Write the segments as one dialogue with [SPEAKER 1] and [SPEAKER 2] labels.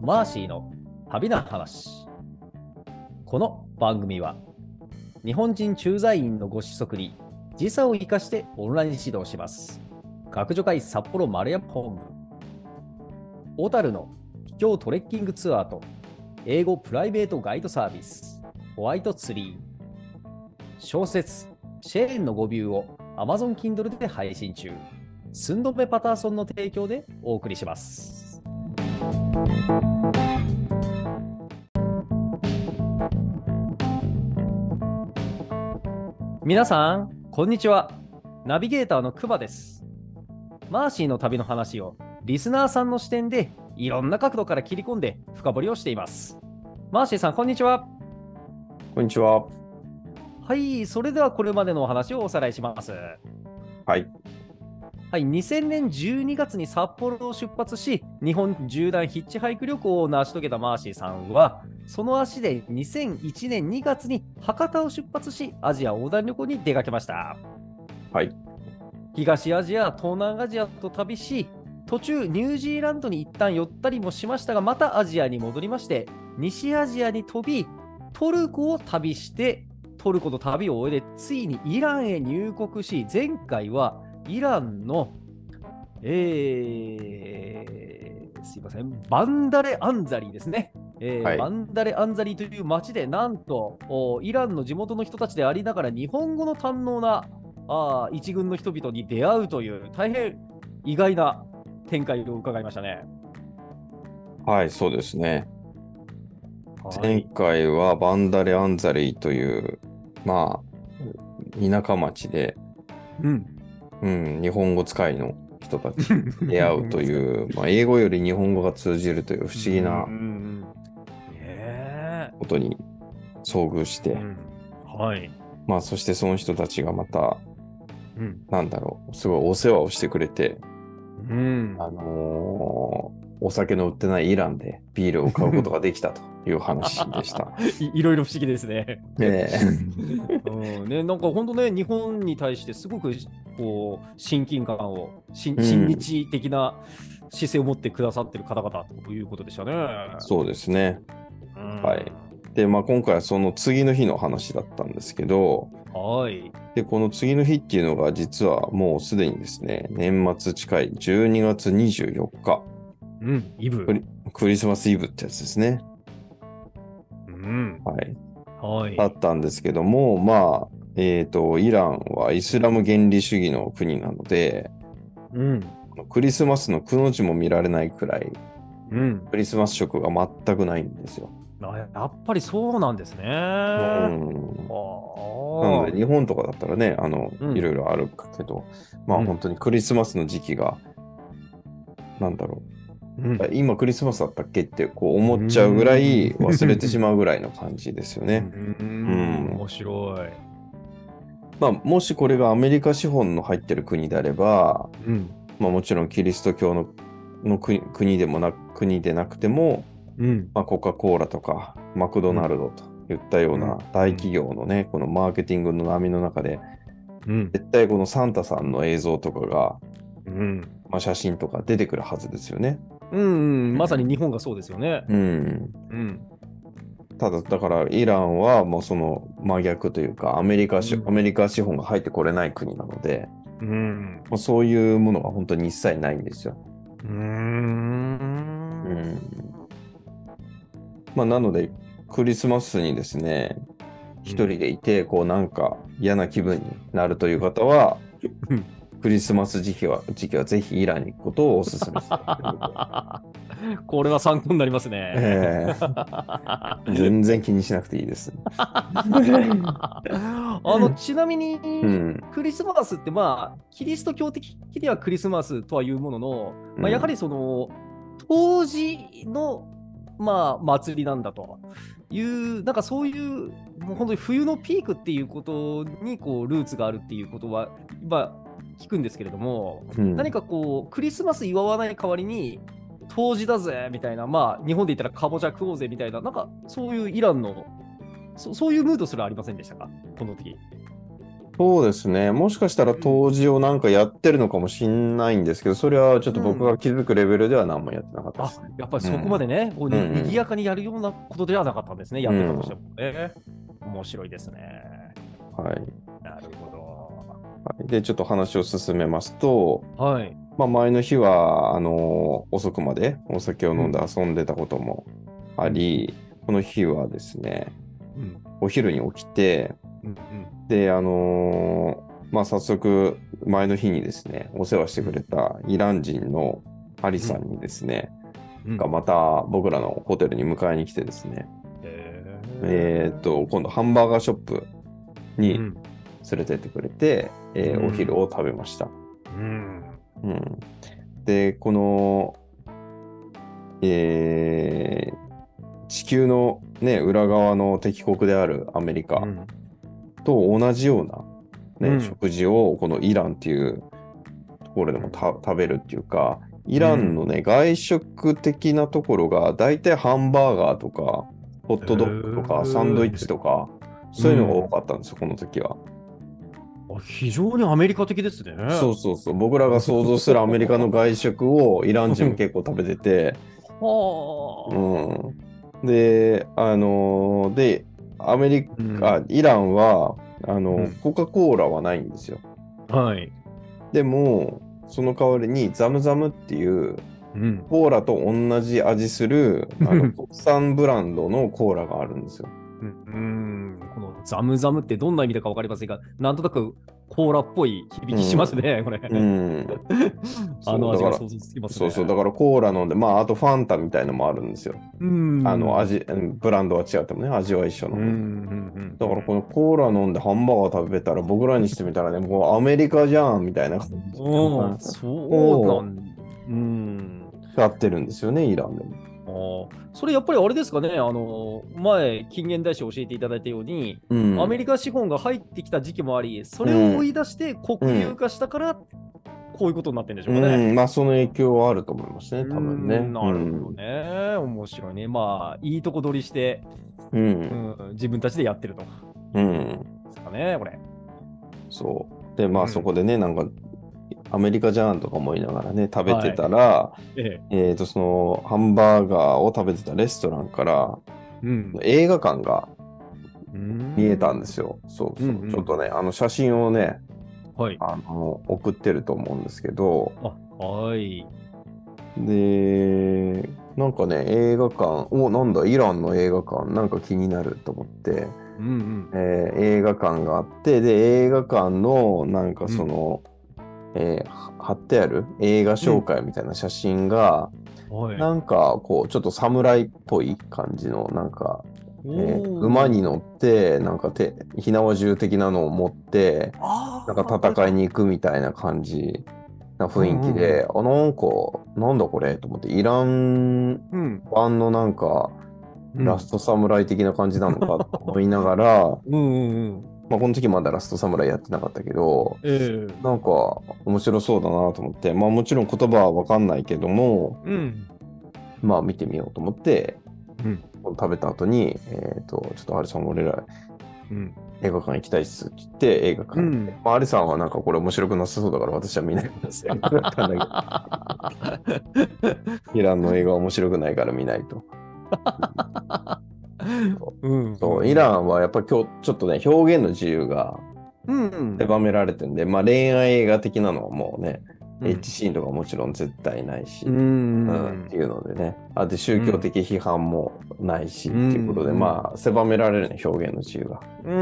[SPEAKER 1] マーシーの旅な話。この番組は、日本人駐在員のご子息に時差を生かしてオンライン指導します。学助会札幌丸山本部、小樽の秘境トレッキングツアーと、英語プライベートガイドサービス、ホワイトツリー、小説、シェーンの語尾を Amazon Kindle で配信中。寸止めパターソンの提供でお送りします。皆さん、こんにちは。ナビゲーターのくばです。マーシーの旅の話をリスナーさんの視点でいろんな角度から切り込んで深掘りをしています。マーシーさん、こんにちは。
[SPEAKER 2] こんにちは。
[SPEAKER 1] はい、それではこれまでのお話をおさらいします。
[SPEAKER 2] はい。
[SPEAKER 1] はい、2000年12月に札幌を出発し、日本縦断ヒッチハイク旅行を成し遂げたマーシーさんは、その足で2001年2月に博多を出発し、アジア横断旅行に出かけました。
[SPEAKER 2] はい。
[SPEAKER 1] 東アジア、東南アジアと旅し、途中ニュージーランドに一旦寄ったりもしましたが、またアジアに戻りまして、西アジアに飛び、トルコを旅して、トルコと旅を終えて、ついにイランへ入国し、前回はイランの、えー、すいません、バンダレ・アンザリーですね。えー
[SPEAKER 2] はい
[SPEAKER 1] バンダレ・アンザリーという町で、なんとおイランの地元の人たちでありながら、日本語の堪能なあー一軍の人々に出会うという、大変意外な展開を伺いましたね。
[SPEAKER 2] はい、そうですね。
[SPEAKER 1] は
[SPEAKER 2] 前
[SPEAKER 1] い、
[SPEAKER 2] 回はバンダレ・アンザリーという、まあ、田舎町で、
[SPEAKER 1] うん、
[SPEAKER 2] うん、日本語使いの人たちに出会うという、まあ、英語より日本語が通じるという不思議な
[SPEAKER 1] うんうんうんね
[SPEAKER 2] ことに遭遇し
[SPEAKER 1] え
[SPEAKER 2] て、
[SPEAKER 1] うんはい。
[SPEAKER 2] まあ、そしてその人たちがまた、
[SPEAKER 1] うん。
[SPEAKER 2] なんだろう、すごいお世話をしてくれて、
[SPEAKER 1] うん
[SPEAKER 2] あのーお酒の売ってないイランでビールを買うことができたという話 でした。
[SPEAKER 1] いいろいろ不思議ですね。
[SPEAKER 2] ね
[SPEAKER 1] うんね、なんか本当ね、日本に対してすごくこう親近感を、し
[SPEAKER 2] うん
[SPEAKER 1] 親日的な姿勢を持ってくださってる方々ということでしたね。
[SPEAKER 2] そうですね。
[SPEAKER 1] うん
[SPEAKER 2] はい。で、まあ、今回はその次の日の話だったんですけど、
[SPEAKER 1] はい。
[SPEAKER 2] で、この次の日っていうのが実はもうすでにですね、年末近い12月24日、
[SPEAKER 1] うん、イブ
[SPEAKER 2] こ。れクリスマスイブってやつですね。
[SPEAKER 1] うん。
[SPEAKER 2] はい。
[SPEAKER 1] はい。
[SPEAKER 2] だったんですけども、まあ、えっ、と、イランはイスラム原理主義の国なので、
[SPEAKER 1] うん。
[SPEAKER 2] クリスマスのくの字も見られないくらい、
[SPEAKER 1] うん。
[SPEAKER 2] クリスマス色が全くないんですよ。
[SPEAKER 1] あやっぱりそうなんですね。あ
[SPEAKER 2] うん。な
[SPEAKER 1] あ
[SPEAKER 2] ので、日本とかだったらね、あの、
[SPEAKER 1] うん
[SPEAKER 2] いろいろあるけど、まあ
[SPEAKER 1] うん
[SPEAKER 2] 本当にクリスマスの時期が、なんだろ
[SPEAKER 1] うん
[SPEAKER 2] う、今クリスマスだったっけってこう思っちゃうぐらい
[SPEAKER 1] うん
[SPEAKER 2] 忘れてしまうぐらいの感じですよね。
[SPEAKER 1] うん
[SPEAKER 2] うん
[SPEAKER 1] 面白
[SPEAKER 2] まあもしこれがアメリカ資本の入ってる国であれば、
[SPEAKER 1] い。うん。
[SPEAKER 2] まあもちろんキリスト教のの国国でもな国でなくても、
[SPEAKER 1] うん。
[SPEAKER 2] まあ、コカ・コーラとかマクドナルドといったよう
[SPEAKER 1] うん
[SPEAKER 2] な大企業のね、このマーケティングの波の中で、
[SPEAKER 1] うん。
[SPEAKER 2] 絶対このサンタさんの映像とかが
[SPEAKER 1] うん。
[SPEAKER 2] まあ、写真とか出てくるはずですよね。
[SPEAKER 1] うん。まさに日本がそうですよね。
[SPEAKER 2] うん、
[SPEAKER 1] うん。
[SPEAKER 2] ただ、だからイランはもうその真逆というかアメリカ資、
[SPEAKER 1] うん
[SPEAKER 2] アメリカ資本が入ってこれない国なので、
[SPEAKER 1] うん。
[SPEAKER 2] まあ、そういうものが本当に一切ないんですよ。
[SPEAKER 1] うーん
[SPEAKER 2] う。んまあ、なので、クリスマスにですね、一人でいて、こうなんか嫌な気分になるという方は
[SPEAKER 1] うん、
[SPEAKER 2] クリスマス時期は、時期はぜひイランに行くことをお勧めします。
[SPEAKER 1] これは参考になります ね。
[SPEAKER 2] ええ全然気にしなくていいです。
[SPEAKER 1] あのちなみに、
[SPEAKER 2] うん、
[SPEAKER 1] クリスマスって、まあ、キリスト教的にはクリスマスとはいうものの、ま
[SPEAKER 2] う
[SPEAKER 1] あ、
[SPEAKER 2] ん
[SPEAKER 1] やはりその当時の、まあ、祭りなんだという、なんかそういう、もう本当に冬のピークっていうことにこうルーツがあるっていうことは、今、聞くんですけれども、
[SPEAKER 2] うん
[SPEAKER 1] 何かこうクリスマス祝わない代わりに冬至だぜみたいなまあ日本で言ったらかぼちゃ食おうぜみたいななんかそういうイランのそそういうムードすらありませんでしたかこの時
[SPEAKER 2] そうですね。もしかしたら当時をなんかやってるのかもしんないんですけど、それはちょっと僕が気づくレベルでは何もやってなかったで
[SPEAKER 1] あ
[SPEAKER 2] すね。
[SPEAKER 1] やっぱりそこまでね、こう
[SPEAKER 2] うんうん
[SPEAKER 1] にぎやかにやるようなことではなかったんですね、やってたとしてもね。面白いですね。
[SPEAKER 2] はい。
[SPEAKER 1] なるほ
[SPEAKER 2] はいで、ちょっと話を進めますと、
[SPEAKER 1] ど。はい。
[SPEAKER 2] まあ、前の日はあの遅くまでお酒を飲んで遊んでたこともあり、この日はですね、
[SPEAKER 1] うん。
[SPEAKER 2] お昼に起きて、
[SPEAKER 1] うんうん。
[SPEAKER 2] で、あのーまあ、早速、前の日にですね、お世話してくれたイラン人のアリさんにですね、
[SPEAKER 1] うん
[SPEAKER 2] がまた僕らのホテルに迎えに来てですね、
[SPEAKER 1] へ
[SPEAKER 2] えーっと、今度ハンバーガーショップに
[SPEAKER 1] う
[SPEAKER 2] 連
[SPEAKER 1] ん
[SPEAKER 2] れてってくれて、えー
[SPEAKER 1] うん
[SPEAKER 2] お昼を食べました。
[SPEAKER 1] うん。
[SPEAKER 2] うん、で、この、えー地球のね、裏側の敵国であるアメリカ、
[SPEAKER 1] うん
[SPEAKER 2] と同じような、ね
[SPEAKER 1] うん
[SPEAKER 2] 食事をこのイランっていうところでもた食べるっていうかイランのね、外食的なところが大体ハンバーガーとかホットドッグと
[SPEAKER 1] へ
[SPEAKER 2] か
[SPEAKER 1] ー
[SPEAKER 2] サンドイッチとかそういうのが多かったんですよ、この時は。
[SPEAKER 1] あ非常にアメリカ的ですね。
[SPEAKER 2] そうそうそう僕らが想像するアメリカの外食をイラン人も結構食べてて、
[SPEAKER 1] は
[SPEAKER 2] うん、であのーでアメリカ、イランはあの、
[SPEAKER 1] うん
[SPEAKER 2] コカ・コーラはないんですよ。
[SPEAKER 1] あ。はい。
[SPEAKER 2] でも、その代わりにザムザムっていう
[SPEAKER 1] うん。
[SPEAKER 2] コーラと同じ味する あの国産ブランドのコーラがあるんですよ。
[SPEAKER 1] うん。このザムザムってどんな意味だかわかりませんが、なんとなくコーラっぽい響きしますね、これ。
[SPEAKER 2] うん。
[SPEAKER 1] あの
[SPEAKER 2] そ
[SPEAKER 1] 味が
[SPEAKER 2] うだから
[SPEAKER 1] 想像つきますね。
[SPEAKER 2] そうそう、だからコーラ飲んで、まあ、あとファンタみたいのもあるんですよ。
[SPEAKER 1] うん。
[SPEAKER 2] あの味、ブランドは違ってもね、味は一緒
[SPEAKER 1] う
[SPEAKER 2] の。
[SPEAKER 1] んうんうん。
[SPEAKER 2] だからこのコーラ飲んでハンバーガー食べたら僕らにしてみたらね、もうアメリカじゃんみたいな感じ
[SPEAKER 1] うん、そうなんうん。
[SPEAKER 2] やってるんですよね、イランでも。
[SPEAKER 1] あーそれやっぱりあれですかね、あの前、近現代史を教えていただいたように、
[SPEAKER 2] うん
[SPEAKER 1] アメリカ資本が入ってきた時期もあり、それを追い出して国有化したから、こういうことになってるんでしょうかね。
[SPEAKER 2] うん、まあその影響はあると思いますね、多分ね。
[SPEAKER 1] うんなるほどね、面白いね。まあ、いいとこ取りして、
[SPEAKER 2] うん。う
[SPEAKER 1] うんん、自分たちでやってると。
[SPEAKER 2] うん
[SPEAKER 1] ですかね、これ。
[SPEAKER 2] そう。で、ま
[SPEAKER 1] う
[SPEAKER 2] あ
[SPEAKER 1] ん
[SPEAKER 2] そこでね、なんか、アメリカじゃんとか思いながらね、食べてたら、
[SPEAKER 1] ええ。
[SPEAKER 2] えっ、と、その、ハンバーガーを食べてたレストランから、
[SPEAKER 1] うん
[SPEAKER 2] 映画館が見えたん
[SPEAKER 1] で
[SPEAKER 2] ですよ。そうそう
[SPEAKER 1] うんうん
[SPEAKER 2] ちょっとね、あの、写真をね、
[SPEAKER 1] す。はい。
[SPEAKER 2] あの、送ってると思うんですけど、
[SPEAKER 1] あ、はい。
[SPEAKER 2] で、なんかね、映画館、お、なんだ、イランの映画館、なんか気になると思って、
[SPEAKER 1] うんうん。
[SPEAKER 2] えー映画館があってで映画館のなんかその、えーは貼ってある映画紹介みたいな写真が、
[SPEAKER 1] はい。
[SPEAKER 2] なんかこうちょっと侍っぽい感じのなんか、えー馬に乗ってなんか手火縄銃的なのを持ってなんか戦い
[SPEAKER 1] に。
[SPEAKER 2] に行くみたいな感じな雰囲気で、あなんかなんだこれと思ってイラン
[SPEAKER 1] うん。
[SPEAKER 2] 版のなんかラスト侍的な感じなのかと思いながら。
[SPEAKER 1] うんうんうん。
[SPEAKER 2] まあ、この時まだラストサムライやってなかったけど、
[SPEAKER 1] ええ。
[SPEAKER 2] なんか面白そうだなと思って、まあもちろん言葉はわかんないけども、
[SPEAKER 1] うん。
[SPEAKER 2] まあ見てみようと思って、
[SPEAKER 1] うん
[SPEAKER 2] 食べた後に、えっ、と、ちょっとアリさん俺ら
[SPEAKER 1] うん。
[SPEAKER 2] 映画館行きたいっすって言って映画館。
[SPEAKER 1] うん
[SPEAKER 2] まあ、アリさんはなんかこれ面白くなさそうだから私は見ないです って言ったんだ けど、イランの映画は面白くないから見ないと。
[SPEAKER 1] うん。
[SPEAKER 2] そうイランはやっぱ今日ちょっとね、表現の自由が
[SPEAKER 1] うんうん。
[SPEAKER 2] 狭められてんで、まあ恋愛映画的なのはもうね、エッチシーンとかもちろん絶対ないし、
[SPEAKER 1] う
[SPEAKER 2] うん
[SPEAKER 1] ん。
[SPEAKER 2] っていうのでね、あと宗教的批判もないし、
[SPEAKER 1] うん
[SPEAKER 2] っていうことで、
[SPEAKER 1] うん
[SPEAKER 2] まあ狭められるね、表現の自由が。
[SPEAKER 1] うん。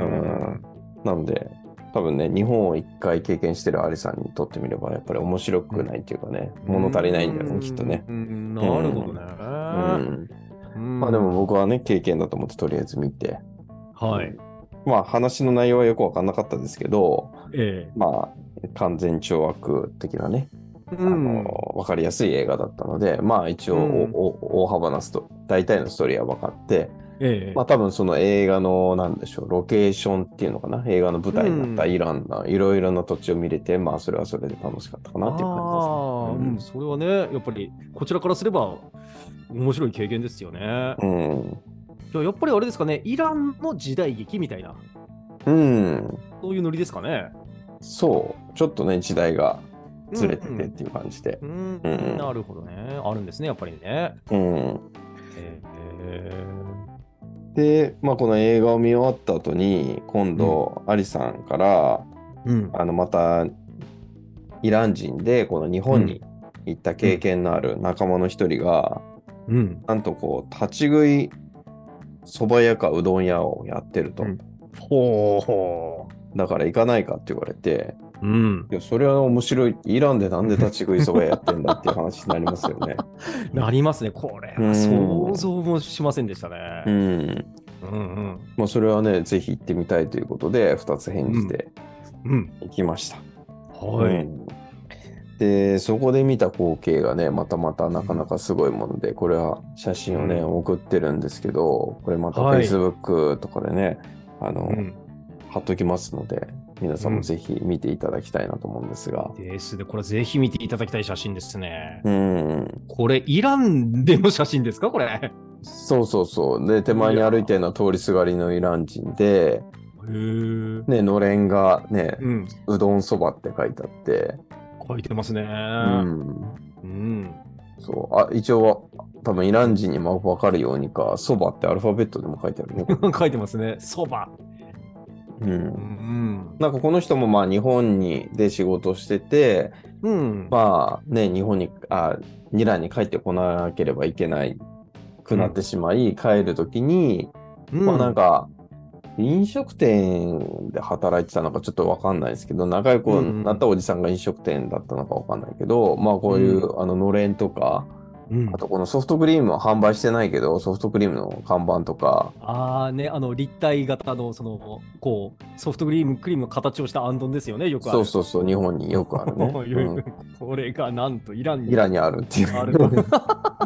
[SPEAKER 2] うんなので、多分ね、日本を一回経験してるアリさんにとってみれば、やっぱり面白くないっていうかね、物足りないんだよね、きっとね。
[SPEAKER 1] うん。なるほどね。
[SPEAKER 2] うん、
[SPEAKER 1] うん
[SPEAKER 2] まあでも、僕はね、経験だと思ってとりあえず見て、
[SPEAKER 1] はい。
[SPEAKER 2] まあ話の内容はよくわかんなかったですけど、
[SPEAKER 1] ええ。
[SPEAKER 2] まあ完全懲悪的なね、
[SPEAKER 1] う
[SPEAKER 2] あ
[SPEAKER 1] ん。
[SPEAKER 2] の分かりやすい映画だったので、まあ一応お、
[SPEAKER 1] うん
[SPEAKER 2] お大幅なスト大体のストーリーは分かって、
[SPEAKER 1] ええ
[SPEAKER 2] まあ。多分その映画の、なんでしょう、ロケーションっていうのかな、映画の舞台になった
[SPEAKER 1] うん
[SPEAKER 2] イランのいろいろな土地を見れて、まあそれはそれで楽しかったかなっていう感
[SPEAKER 1] ああ、う
[SPEAKER 2] じ
[SPEAKER 1] ん、
[SPEAKER 2] です
[SPEAKER 1] それはね、やっぱりこちらからすれば面白い経験ですよね。
[SPEAKER 2] ね。うん。
[SPEAKER 1] じゃあやっぱりあれですかね、イランの時代劇みたいな
[SPEAKER 2] うん、
[SPEAKER 1] そういうノリですかね。
[SPEAKER 2] そう、ちょっとね、時代がずれててっていう感じで。
[SPEAKER 1] うん、
[SPEAKER 2] うんうん
[SPEAKER 1] なるほどね。あるんですね、やっぱりね。
[SPEAKER 2] うん
[SPEAKER 1] えー
[SPEAKER 2] で、まあ、この映画を見終わった後に、今度、アリさんから、
[SPEAKER 1] うん、
[SPEAKER 2] あのまたイラン人でこの日本に行った経験のある仲間の一人が、
[SPEAKER 1] うん。
[SPEAKER 2] なんとこう立ち食いそば屋かうどん屋をやってると、
[SPEAKER 1] うんほうほ
[SPEAKER 2] だから行かないかって言われて
[SPEAKER 1] う。うん。
[SPEAKER 2] いやそれは面白いイランでなんで立ち食いそば屋やってんだっていう話になりますよね
[SPEAKER 1] なりますね。これ
[SPEAKER 2] う
[SPEAKER 1] は
[SPEAKER 2] ん
[SPEAKER 1] 想像もしませんでした
[SPEAKER 2] う
[SPEAKER 1] ね。
[SPEAKER 2] ん
[SPEAKER 1] うんうん。
[SPEAKER 2] まあそれはねぜひ行ってみたいということで2つ返事で
[SPEAKER 1] うん。
[SPEAKER 2] 行きました、
[SPEAKER 1] は
[SPEAKER 2] う
[SPEAKER 1] い。
[SPEAKER 2] んでそこで見た光景がねまたまたなかなかすごいものでこれは写真をね、
[SPEAKER 1] うん
[SPEAKER 2] 送ってるんですけどこれまた
[SPEAKER 1] はい
[SPEAKER 2] Facebook とかでね、あの
[SPEAKER 1] うん
[SPEAKER 2] 貼っときますので皆さんもぜひ見ていただきたいなと思うんですが、
[SPEAKER 1] ですね。これぜひ見ていただきたい写真ですね。
[SPEAKER 2] うん
[SPEAKER 1] これ、イランでの写真ですかこれ。
[SPEAKER 2] そうそうそうで手前に歩いてるのは通りすがりのイラン人で、
[SPEAKER 1] へー
[SPEAKER 2] ね、のれんがね、
[SPEAKER 1] うん。
[SPEAKER 2] うどんそばって書いてあって、
[SPEAKER 1] 書いてますね。
[SPEAKER 2] うん、
[SPEAKER 1] うん。
[SPEAKER 2] そうあ一応多分イラン人にも分かるようにかそばってアルファベットでも書いてあるね。
[SPEAKER 1] 書いてますね。そば。
[SPEAKER 2] う、
[SPEAKER 1] うんん。
[SPEAKER 2] なんかこの人もまあ日本にで仕事してて
[SPEAKER 1] うん。
[SPEAKER 2] まあね日本にあイランに帰ってこなければいけないくなってしまい、帰る時に、
[SPEAKER 1] うん
[SPEAKER 2] まあなんか飲食店で働いてたのかちょっとわかんないですけど仲良くなったおじさんが飲食店だったのかわかんないけど、まあこういう、あののれんとか
[SPEAKER 1] うん
[SPEAKER 2] あとこのソフトクリームは販売してないけどソフトクリームの看板とか
[SPEAKER 1] ああね、あの立体型のそのこうソフトクリームクリームの形をしたあんどんですよね、よくある。、
[SPEAKER 2] そうそうそう日本によくあるね
[SPEAKER 1] こう
[SPEAKER 2] う
[SPEAKER 1] いうんこれがなんとイランに
[SPEAKER 2] イランにあるっていう
[SPEAKER 1] ある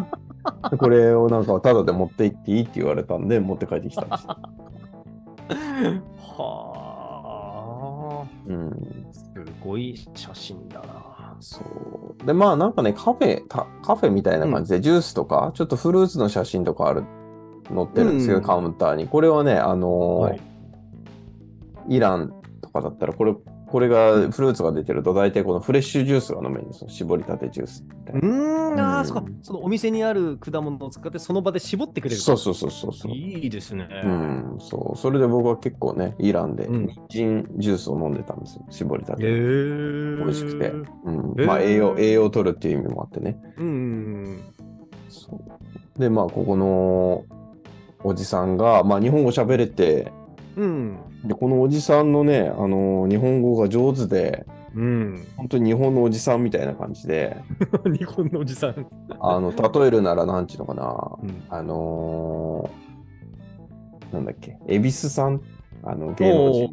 [SPEAKER 2] これをなんかタダで持って行っていいって言われたんで持って帰ってきたんです よ。
[SPEAKER 1] はあ、
[SPEAKER 2] うん、
[SPEAKER 1] すごい写真だな。
[SPEAKER 2] そうでまあなんかねカフェたカフェみたいな感じでジュースとか、ちょっとフルーツの写真とかある載ってるんですけど、
[SPEAKER 1] うん
[SPEAKER 2] カウンターにこれはねあのー
[SPEAKER 1] はい
[SPEAKER 2] イランとかだったらこれこれがフルーツが出てると大体このフレッシュジュースが飲めるんですよ絞りたてジュースみたいうな
[SPEAKER 1] ーん、あ
[SPEAKER 2] う
[SPEAKER 1] あ、
[SPEAKER 2] ん
[SPEAKER 1] そっか、そのお店にある果物を使ってその場で絞ってくれる。
[SPEAKER 2] そうそうそうそうそう
[SPEAKER 1] いいですね。
[SPEAKER 2] うん、そう。それで僕は結構ね、イランで
[SPEAKER 1] うん
[SPEAKER 2] 人参ジュースを飲んでたんですよ、絞りた
[SPEAKER 1] え
[SPEAKER 2] て。
[SPEAKER 1] ー、
[SPEAKER 2] 美味しくて。う
[SPEAKER 1] え
[SPEAKER 2] ん
[SPEAKER 1] ー
[SPEAKER 2] まあ、栄養、栄養を取るっていう意味もあってね。
[SPEAKER 1] うん。
[SPEAKER 2] そうで、まあ、ここのおじさんが、まあ、日本語喋れて、
[SPEAKER 1] うん。
[SPEAKER 2] で、このおじさんのね、あの日本語が上手で、
[SPEAKER 1] うん。
[SPEAKER 2] 本当に日本のおじさんみたいな感じで、
[SPEAKER 1] 日本のおじさん。
[SPEAKER 2] あの、例えるなら、なんちゅうのかな、
[SPEAKER 1] うん、
[SPEAKER 2] あのーなんだっけ、恵比寿さんあの、芸能人。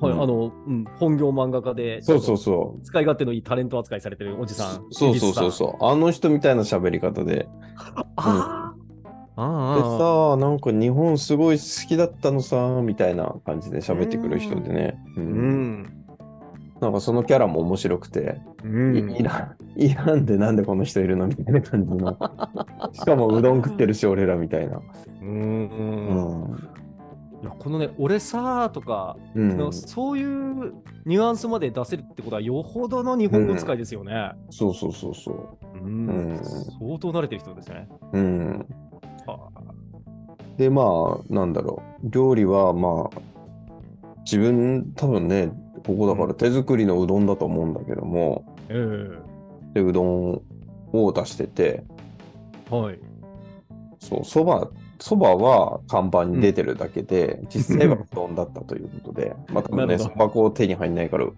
[SPEAKER 1] はい、
[SPEAKER 2] うん
[SPEAKER 1] あの、うん、本業漫画家で、
[SPEAKER 2] そうそうそう。
[SPEAKER 1] 使い勝手のいいタレント扱いされてるおじさん。
[SPEAKER 2] そうそうそう
[SPEAKER 1] う。
[SPEAKER 2] そう。あの人みたいな喋り方で。
[SPEAKER 1] ああ、
[SPEAKER 2] で
[SPEAKER 1] ああ。
[SPEAKER 2] さあ、なんか日本すごい好きだったのさ、みたいな感じで喋ってくる人でね。う
[SPEAKER 1] うんん。
[SPEAKER 2] なんかそのキャラも面白くて、
[SPEAKER 1] うん
[SPEAKER 2] いイラン、イランでなんで この人いるのみたいな感じ の。しかもうどん食ってるし、俺らみたいな。
[SPEAKER 1] うん
[SPEAKER 2] う
[SPEAKER 1] うん
[SPEAKER 2] ん。
[SPEAKER 1] いやこのね、俺さーとか、
[SPEAKER 2] うん、そ
[SPEAKER 1] そういうニュアンスまで出せるってことは、よほどの日本語使いですよね。
[SPEAKER 2] うそうそうそううん
[SPEAKER 1] ん相当慣れてる人ですね。
[SPEAKER 2] う。うん。
[SPEAKER 1] は
[SPEAKER 2] で、まあ、なんだろう。料理は、まあ、自分、多分ね、ここだから手作りのうどんだと思うんだけども、
[SPEAKER 1] あええ
[SPEAKER 2] でうどんを出してて
[SPEAKER 1] はい。
[SPEAKER 2] そうそばそばは看板に出てるだけで、実際はうどんだったということでまあ多分
[SPEAKER 1] な
[SPEAKER 2] ね
[SPEAKER 1] るほ
[SPEAKER 2] そ
[SPEAKER 1] ど
[SPEAKER 2] ば粉手に入んないからう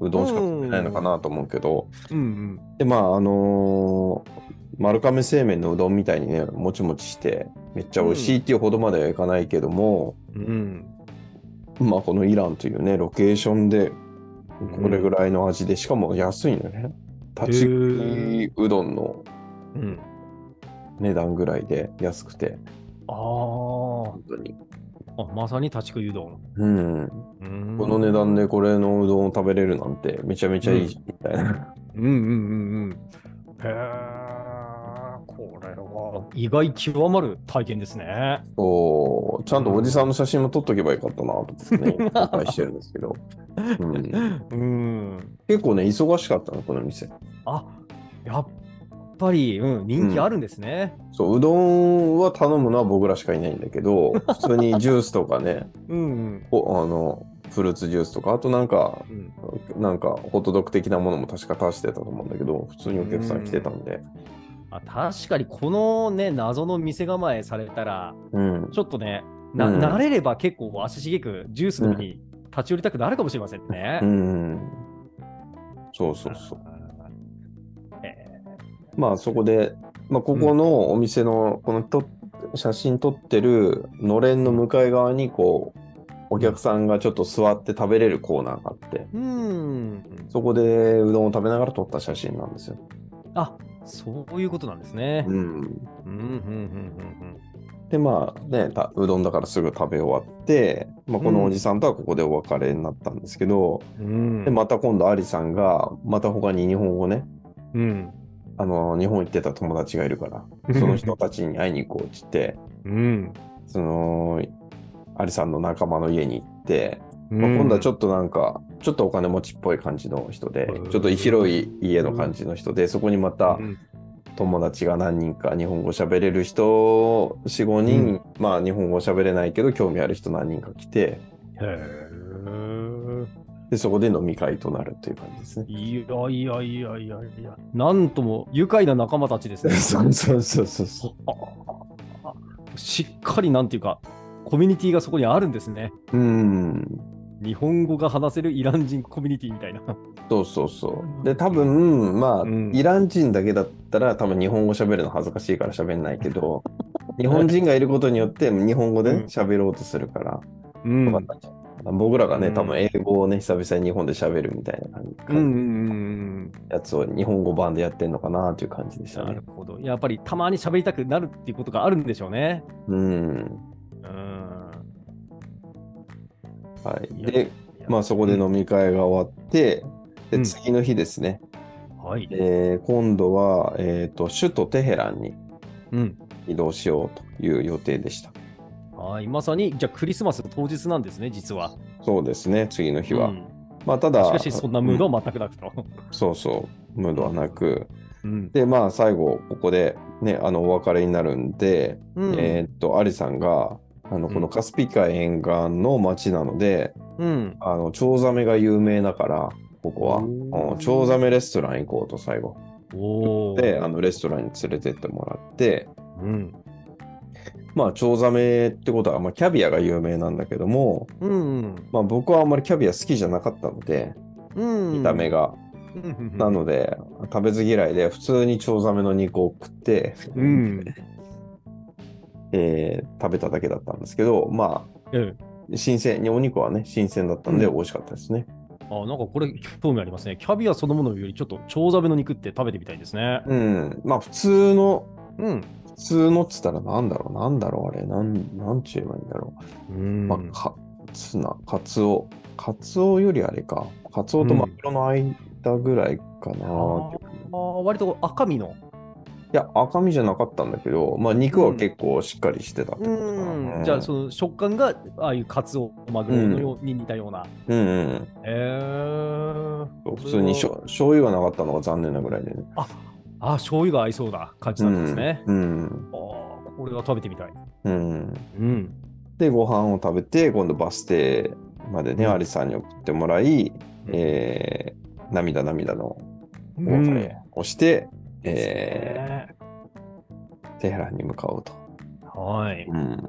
[SPEAKER 2] うどんしか食べないのかなと思うけど、
[SPEAKER 1] うん
[SPEAKER 2] でまああのー丸亀製麺のうどんみたいにねもちもちしてめっちゃ美味しいっていうほどまではいかないけども、
[SPEAKER 1] うん。うん。
[SPEAKER 2] まあこのイランというねロケーションでこれぐらいの味で、しかも安いのね立ち食いうどんの
[SPEAKER 1] うん。
[SPEAKER 2] 値段ぐらいで安くて
[SPEAKER 1] あー
[SPEAKER 2] 本当に、
[SPEAKER 1] あ。まさに立ち食いうどん。
[SPEAKER 2] う
[SPEAKER 1] う
[SPEAKER 2] ん、
[SPEAKER 1] ん
[SPEAKER 2] この値段でこれのうどんを食べれるなんてめちゃめちゃいいじゃんみたいな、
[SPEAKER 1] うんうんうんうん。へえ、ここれは意外極まる体験ですね。
[SPEAKER 2] そう、ちゃんとおじさんの写真も撮っとけばよかったなと思ってね、心配してるんですけ ど、うん
[SPEAKER 1] うん。
[SPEAKER 2] 結構ね、忙しかったの、この店。
[SPEAKER 1] あやっぱり、うん、人気あるんですね。
[SPEAKER 2] そう、うどんは頼むのは僕らしかいないんだけど、普通にジュースとかね、
[SPEAKER 1] うん。
[SPEAKER 2] おあの、フルーツジュースとか、あとなんか、
[SPEAKER 1] うん、
[SPEAKER 2] なんか、ホットドッグ的なものも確か足してたと思うんだけど、普通にお客さん来てたんで、
[SPEAKER 1] あ確かにこのね謎の店構えされたら
[SPEAKER 2] うん、
[SPEAKER 1] ちょっとねな、
[SPEAKER 2] うん
[SPEAKER 1] 慣れれば結構足しげくジュースに立ち寄りたくなるかもしれませんね。
[SPEAKER 2] うん。そうそうそう。
[SPEAKER 1] え
[SPEAKER 2] まあそこで、まあ、ここのお店のこのと写真撮ってるのれんの向かい側にこうお客さんがちょっと座って食べれるコーナーがあって
[SPEAKER 1] ーうん。
[SPEAKER 2] そこでうどんを食べながら撮った写真なんですよ。
[SPEAKER 1] あそういうことなんですね。
[SPEAKER 2] うん、
[SPEAKER 1] うんうんうん
[SPEAKER 2] でまあねたうどんだからすぐ食べ終わって、まあ、このおじさんとはここでお別れになったんですけど、
[SPEAKER 1] うんうん。
[SPEAKER 2] でまた今度アリさんがまた他に日本語ね
[SPEAKER 1] うん。
[SPEAKER 2] あの日本行ってた友達がいる からその人たちに会いに行こうって
[SPEAKER 1] う
[SPEAKER 2] 言って。
[SPEAKER 1] ん。
[SPEAKER 2] その、アリさんの仲間の家に行って、まあ
[SPEAKER 1] うん
[SPEAKER 2] 今度はちょっとなんか、ちょっとお金持ちっぽい感じの人で
[SPEAKER 1] うん、
[SPEAKER 2] ちょっと広い家の感じの人で、そこにまた
[SPEAKER 1] うん
[SPEAKER 2] 友達が何人か日本語喋れる人、4、
[SPEAKER 1] う
[SPEAKER 2] 5人、まあ日本語喋れないけど興味ある人何人か来て、
[SPEAKER 1] へー
[SPEAKER 2] で、そこで飲み会となるという感じですね。
[SPEAKER 1] いやいやいやいやいや。なんとも愉快な仲間たちですね。
[SPEAKER 2] そうそうそうそうそ
[SPEAKER 1] あああしっかりなんていうか、コミュニティがそこにあるんですね。
[SPEAKER 2] う。うん。
[SPEAKER 1] 日本語が話せるイラン人コミュニティみたいな。
[SPEAKER 2] そうそうそう。で、多分、まあ、
[SPEAKER 1] うん
[SPEAKER 2] イラン人だけだったら、多分日本語喋るの恥ずかしいから喋んないけ ど、日本人がいることによって、日本語で
[SPEAKER 1] うん
[SPEAKER 2] ね喋ろうとするから、
[SPEAKER 1] う
[SPEAKER 2] わ
[SPEAKER 1] ん
[SPEAKER 2] かんないじゃん僕らがね、
[SPEAKER 1] うん
[SPEAKER 2] 多分英語をね、久々に日本で喋るみたいな感じ、
[SPEAKER 1] うん
[SPEAKER 2] やつを日本語版でやってんのかなという感じでした
[SPEAKER 1] な
[SPEAKER 2] ね
[SPEAKER 1] る。ほど。やっぱりたまに喋りたくなるっていうことがあるんでしょうね。
[SPEAKER 2] うん。
[SPEAKER 1] うん。
[SPEAKER 2] はい。
[SPEAKER 1] いや
[SPEAKER 2] で、まあ、そこで飲み会が終わって、
[SPEAKER 1] うん
[SPEAKER 2] で、次の日ですね、
[SPEAKER 1] はい。
[SPEAKER 2] えー今度は、えっ、と、首都テヘランに
[SPEAKER 1] うん。
[SPEAKER 2] 移動しようという予定でした。
[SPEAKER 1] はい。まさに、じゃあクリスマス当日なんですね、実は。
[SPEAKER 2] そうですね、次の日は。
[SPEAKER 1] うん
[SPEAKER 2] まあ、ただ、
[SPEAKER 1] しかし、そんなムード
[SPEAKER 2] うん
[SPEAKER 1] は全くなくと。
[SPEAKER 2] そうそう、ムードはなく。
[SPEAKER 1] うん。
[SPEAKER 2] で、まあ、最後、ここで、ね、あの、お別れになるんで、えーっと、アリさんが、あの、こ
[SPEAKER 1] うん
[SPEAKER 2] のカスピ海沿岸の町なので、
[SPEAKER 1] うん。
[SPEAKER 2] あの、チョウザメが有名だから、ここは、
[SPEAKER 1] おー
[SPEAKER 2] うんチョウザメレストラン行こうと、最後。
[SPEAKER 1] おお。
[SPEAKER 2] で、あの、レストランに連れてってもらって、
[SPEAKER 1] うん。
[SPEAKER 2] まあ、チョウザメってことは、まあ、キャビアが有名なんだけども、
[SPEAKER 1] うん。
[SPEAKER 2] まあ、僕はあんまりキャビア好きじゃなかったので、
[SPEAKER 1] うん。
[SPEAKER 2] 見た目が。なので、食べず嫌いで、普通にチョウザメの肉を食って、
[SPEAKER 1] うん。
[SPEAKER 2] えー食べただけだったんですけど、ま
[SPEAKER 1] うん。
[SPEAKER 2] あ、新鮮に、お肉はね、新鮮だったんで、
[SPEAKER 1] う
[SPEAKER 2] 美味しかったですね。
[SPEAKER 1] あ、なんかこれ興味ありますね。キャビアそのものよりちょっとチョウザメの肉って食べてみたいですね。
[SPEAKER 2] うん。まあ、普通の、
[SPEAKER 1] うん。
[SPEAKER 2] 普通のっつったら、なんだろう、なんだろう、あれ、なん、なんちゅうばいいんだろ
[SPEAKER 1] う
[SPEAKER 2] う。
[SPEAKER 1] ん。
[SPEAKER 2] まあ、か、ツナ、カツオ。カツオよりあれか。カツオとマグロの間ぐらいかな、
[SPEAKER 1] あ
[SPEAKER 2] って
[SPEAKER 1] ー割と赤身の。
[SPEAKER 2] いや、赤身じゃなかったんだけど、まあ、肉は結構しっかりしてたってことかな。う
[SPEAKER 1] じゃあ、その食感が、ああいうカツオ、マグロのように似たような。
[SPEAKER 2] うんうん。
[SPEAKER 1] へー
[SPEAKER 2] 普通にしょ醤油がなかったのが残念なぐらいでね。
[SPEAKER 1] あ、醤油が合いそうな感じなんですね。
[SPEAKER 2] うん。
[SPEAKER 1] ああ、これは食べてみたい。
[SPEAKER 2] うん。
[SPEAKER 1] うん。
[SPEAKER 2] で、ご飯を食べて、今度バス停までね、
[SPEAKER 1] うん
[SPEAKER 2] アリさんに送ってもらい、えー、涙涙の
[SPEAKER 1] う
[SPEAKER 2] お
[SPEAKER 1] ん
[SPEAKER 2] 別れをして、え
[SPEAKER 1] え
[SPEAKER 2] ー、テヘランに向かおうと。
[SPEAKER 1] はい。
[SPEAKER 2] うん。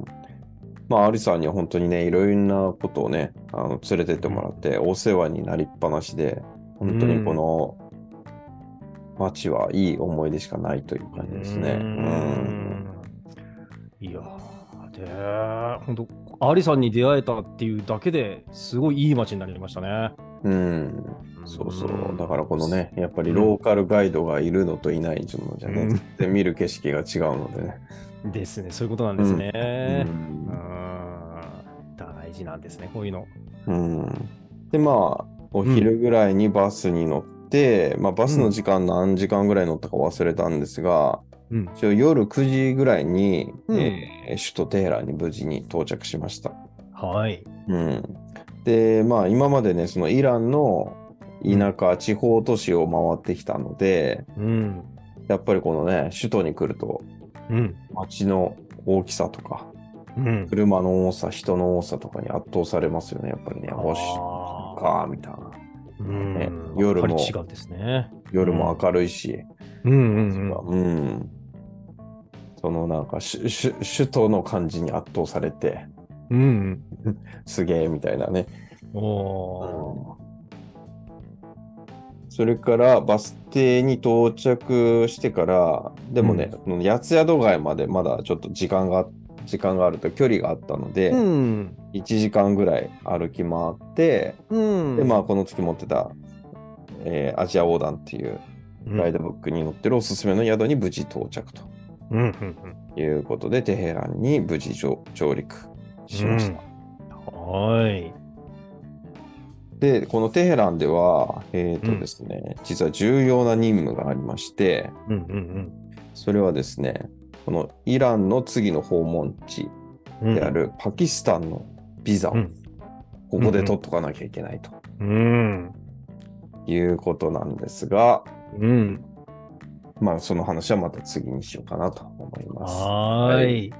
[SPEAKER 2] まあ、アリさんには本当にね、いろいろなことをね、あの連れてってもらって、お世話になりっぱなしで、本当にこの、街はいい思い出しかないという感じですね。
[SPEAKER 1] うー
[SPEAKER 2] うん。
[SPEAKER 1] んいやーで本当アリさんに出会えたっていうだけですごいいい街になりましたね。
[SPEAKER 2] うん。そうそう。だからこのね、やっぱり
[SPEAKER 1] うん
[SPEAKER 2] ローカルガイドがいるのといないのじゃね、
[SPEAKER 1] うん
[SPEAKER 2] 全然見る景色が違うのでね。
[SPEAKER 1] ですねそういうことなんですね。
[SPEAKER 2] うん
[SPEAKER 1] うーん大事なんですねこういうの。
[SPEAKER 2] うんで、まあ、お昼ぐらいにバスに乗って、まあ、バスの時間何時間ぐらい乗ったか忘れたんですが、
[SPEAKER 1] うん
[SPEAKER 2] 一応夜9時ぐらいに、
[SPEAKER 1] うん
[SPEAKER 2] えー首都テヘランに無事に到着しました。
[SPEAKER 1] はい。
[SPEAKER 2] うん、で、まあ今までね、そのイランの田舎、地方都市を回ってきたので、
[SPEAKER 1] うん。
[SPEAKER 2] やっぱりこのね、首都に来ると、
[SPEAKER 1] うん。
[SPEAKER 2] 街の大きさとか、
[SPEAKER 1] うん。
[SPEAKER 2] 車の多さ、人の多さとかに圧倒されますよね、やっぱりね。よし、
[SPEAKER 1] あー
[SPEAKER 2] か、みたいな。
[SPEAKER 1] うん
[SPEAKER 2] ね
[SPEAKER 1] 夜
[SPEAKER 2] 夜
[SPEAKER 1] も。
[SPEAKER 2] も
[SPEAKER 1] やっぱり違うですね。
[SPEAKER 2] 夜も明るいし、
[SPEAKER 1] うんうんうん。
[SPEAKER 2] うん。そのなんか、しし首都の感じに圧倒されて、
[SPEAKER 1] うん
[SPEAKER 2] すげえみたいなね。
[SPEAKER 1] うん。お
[SPEAKER 2] それからバス停に到着してから、でもね、その八ツ宿街までまだちょっと時間が、時間があると距離があったので、
[SPEAKER 1] ー。うん。
[SPEAKER 2] 1時間ぐらい歩き回って、
[SPEAKER 1] うん。
[SPEAKER 2] で、まあ、この月持ってた、えーアジア横断っていう
[SPEAKER 1] うん、
[SPEAKER 2] ガイドブックに載ってるおすすめの宿に無事到着と
[SPEAKER 1] うんうんうん。
[SPEAKER 2] いうことで、テヘランに無事上上陸しました。
[SPEAKER 1] はーい。
[SPEAKER 2] で、このテヘランでは、えっ、とですね、実は重要な任務がありまして、
[SPEAKER 1] うんうん
[SPEAKER 2] それはですね、このイランの次の訪問地
[SPEAKER 1] うん。
[SPEAKER 2] であるパキスタンのビザを
[SPEAKER 1] うん
[SPEAKER 2] ここで取っとかなきゃいけないと
[SPEAKER 1] うん。
[SPEAKER 2] いうことなんですが、
[SPEAKER 1] うん。
[SPEAKER 2] まあその話はまた次にしようかなと思います。
[SPEAKER 1] はー。
[SPEAKER 2] はい
[SPEAKER 1] い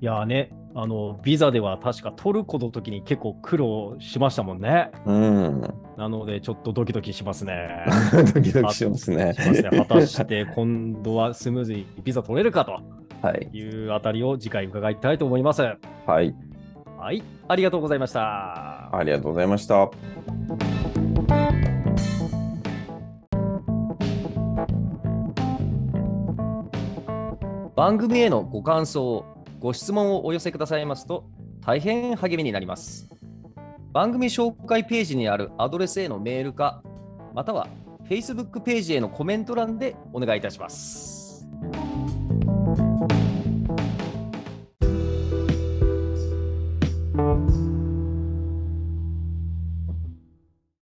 [SPEAKER 1] やーね、あの、ビザでは確かトルコの時に結構苦労しましたもんね。
[SPEAKER 2] うん。
[SPEAKER 1] なので、ちょっとドキドキします ね。
[SPEAKER 2] ドキドキしますね。
[SPEAKER 1] しますね果たして今度はスムーズにビザ取れるかと
[SPEAKER 2] はい。
[SPEAKER 1] いうあたりを次回伺いたいと思います。
[SPEAKER 2] はい。
[SPEAKER 1] はい、ありがとうございました。
[SPEAKER 2] ありがとうございました。
[SPEAKER 3] 番組へのご感想、ご質問をお寄せくださいますと大変励みになります。番組紹介ページにあるアドレスへのメールか、または Facebook ページへのコメント欄でお願いいたします。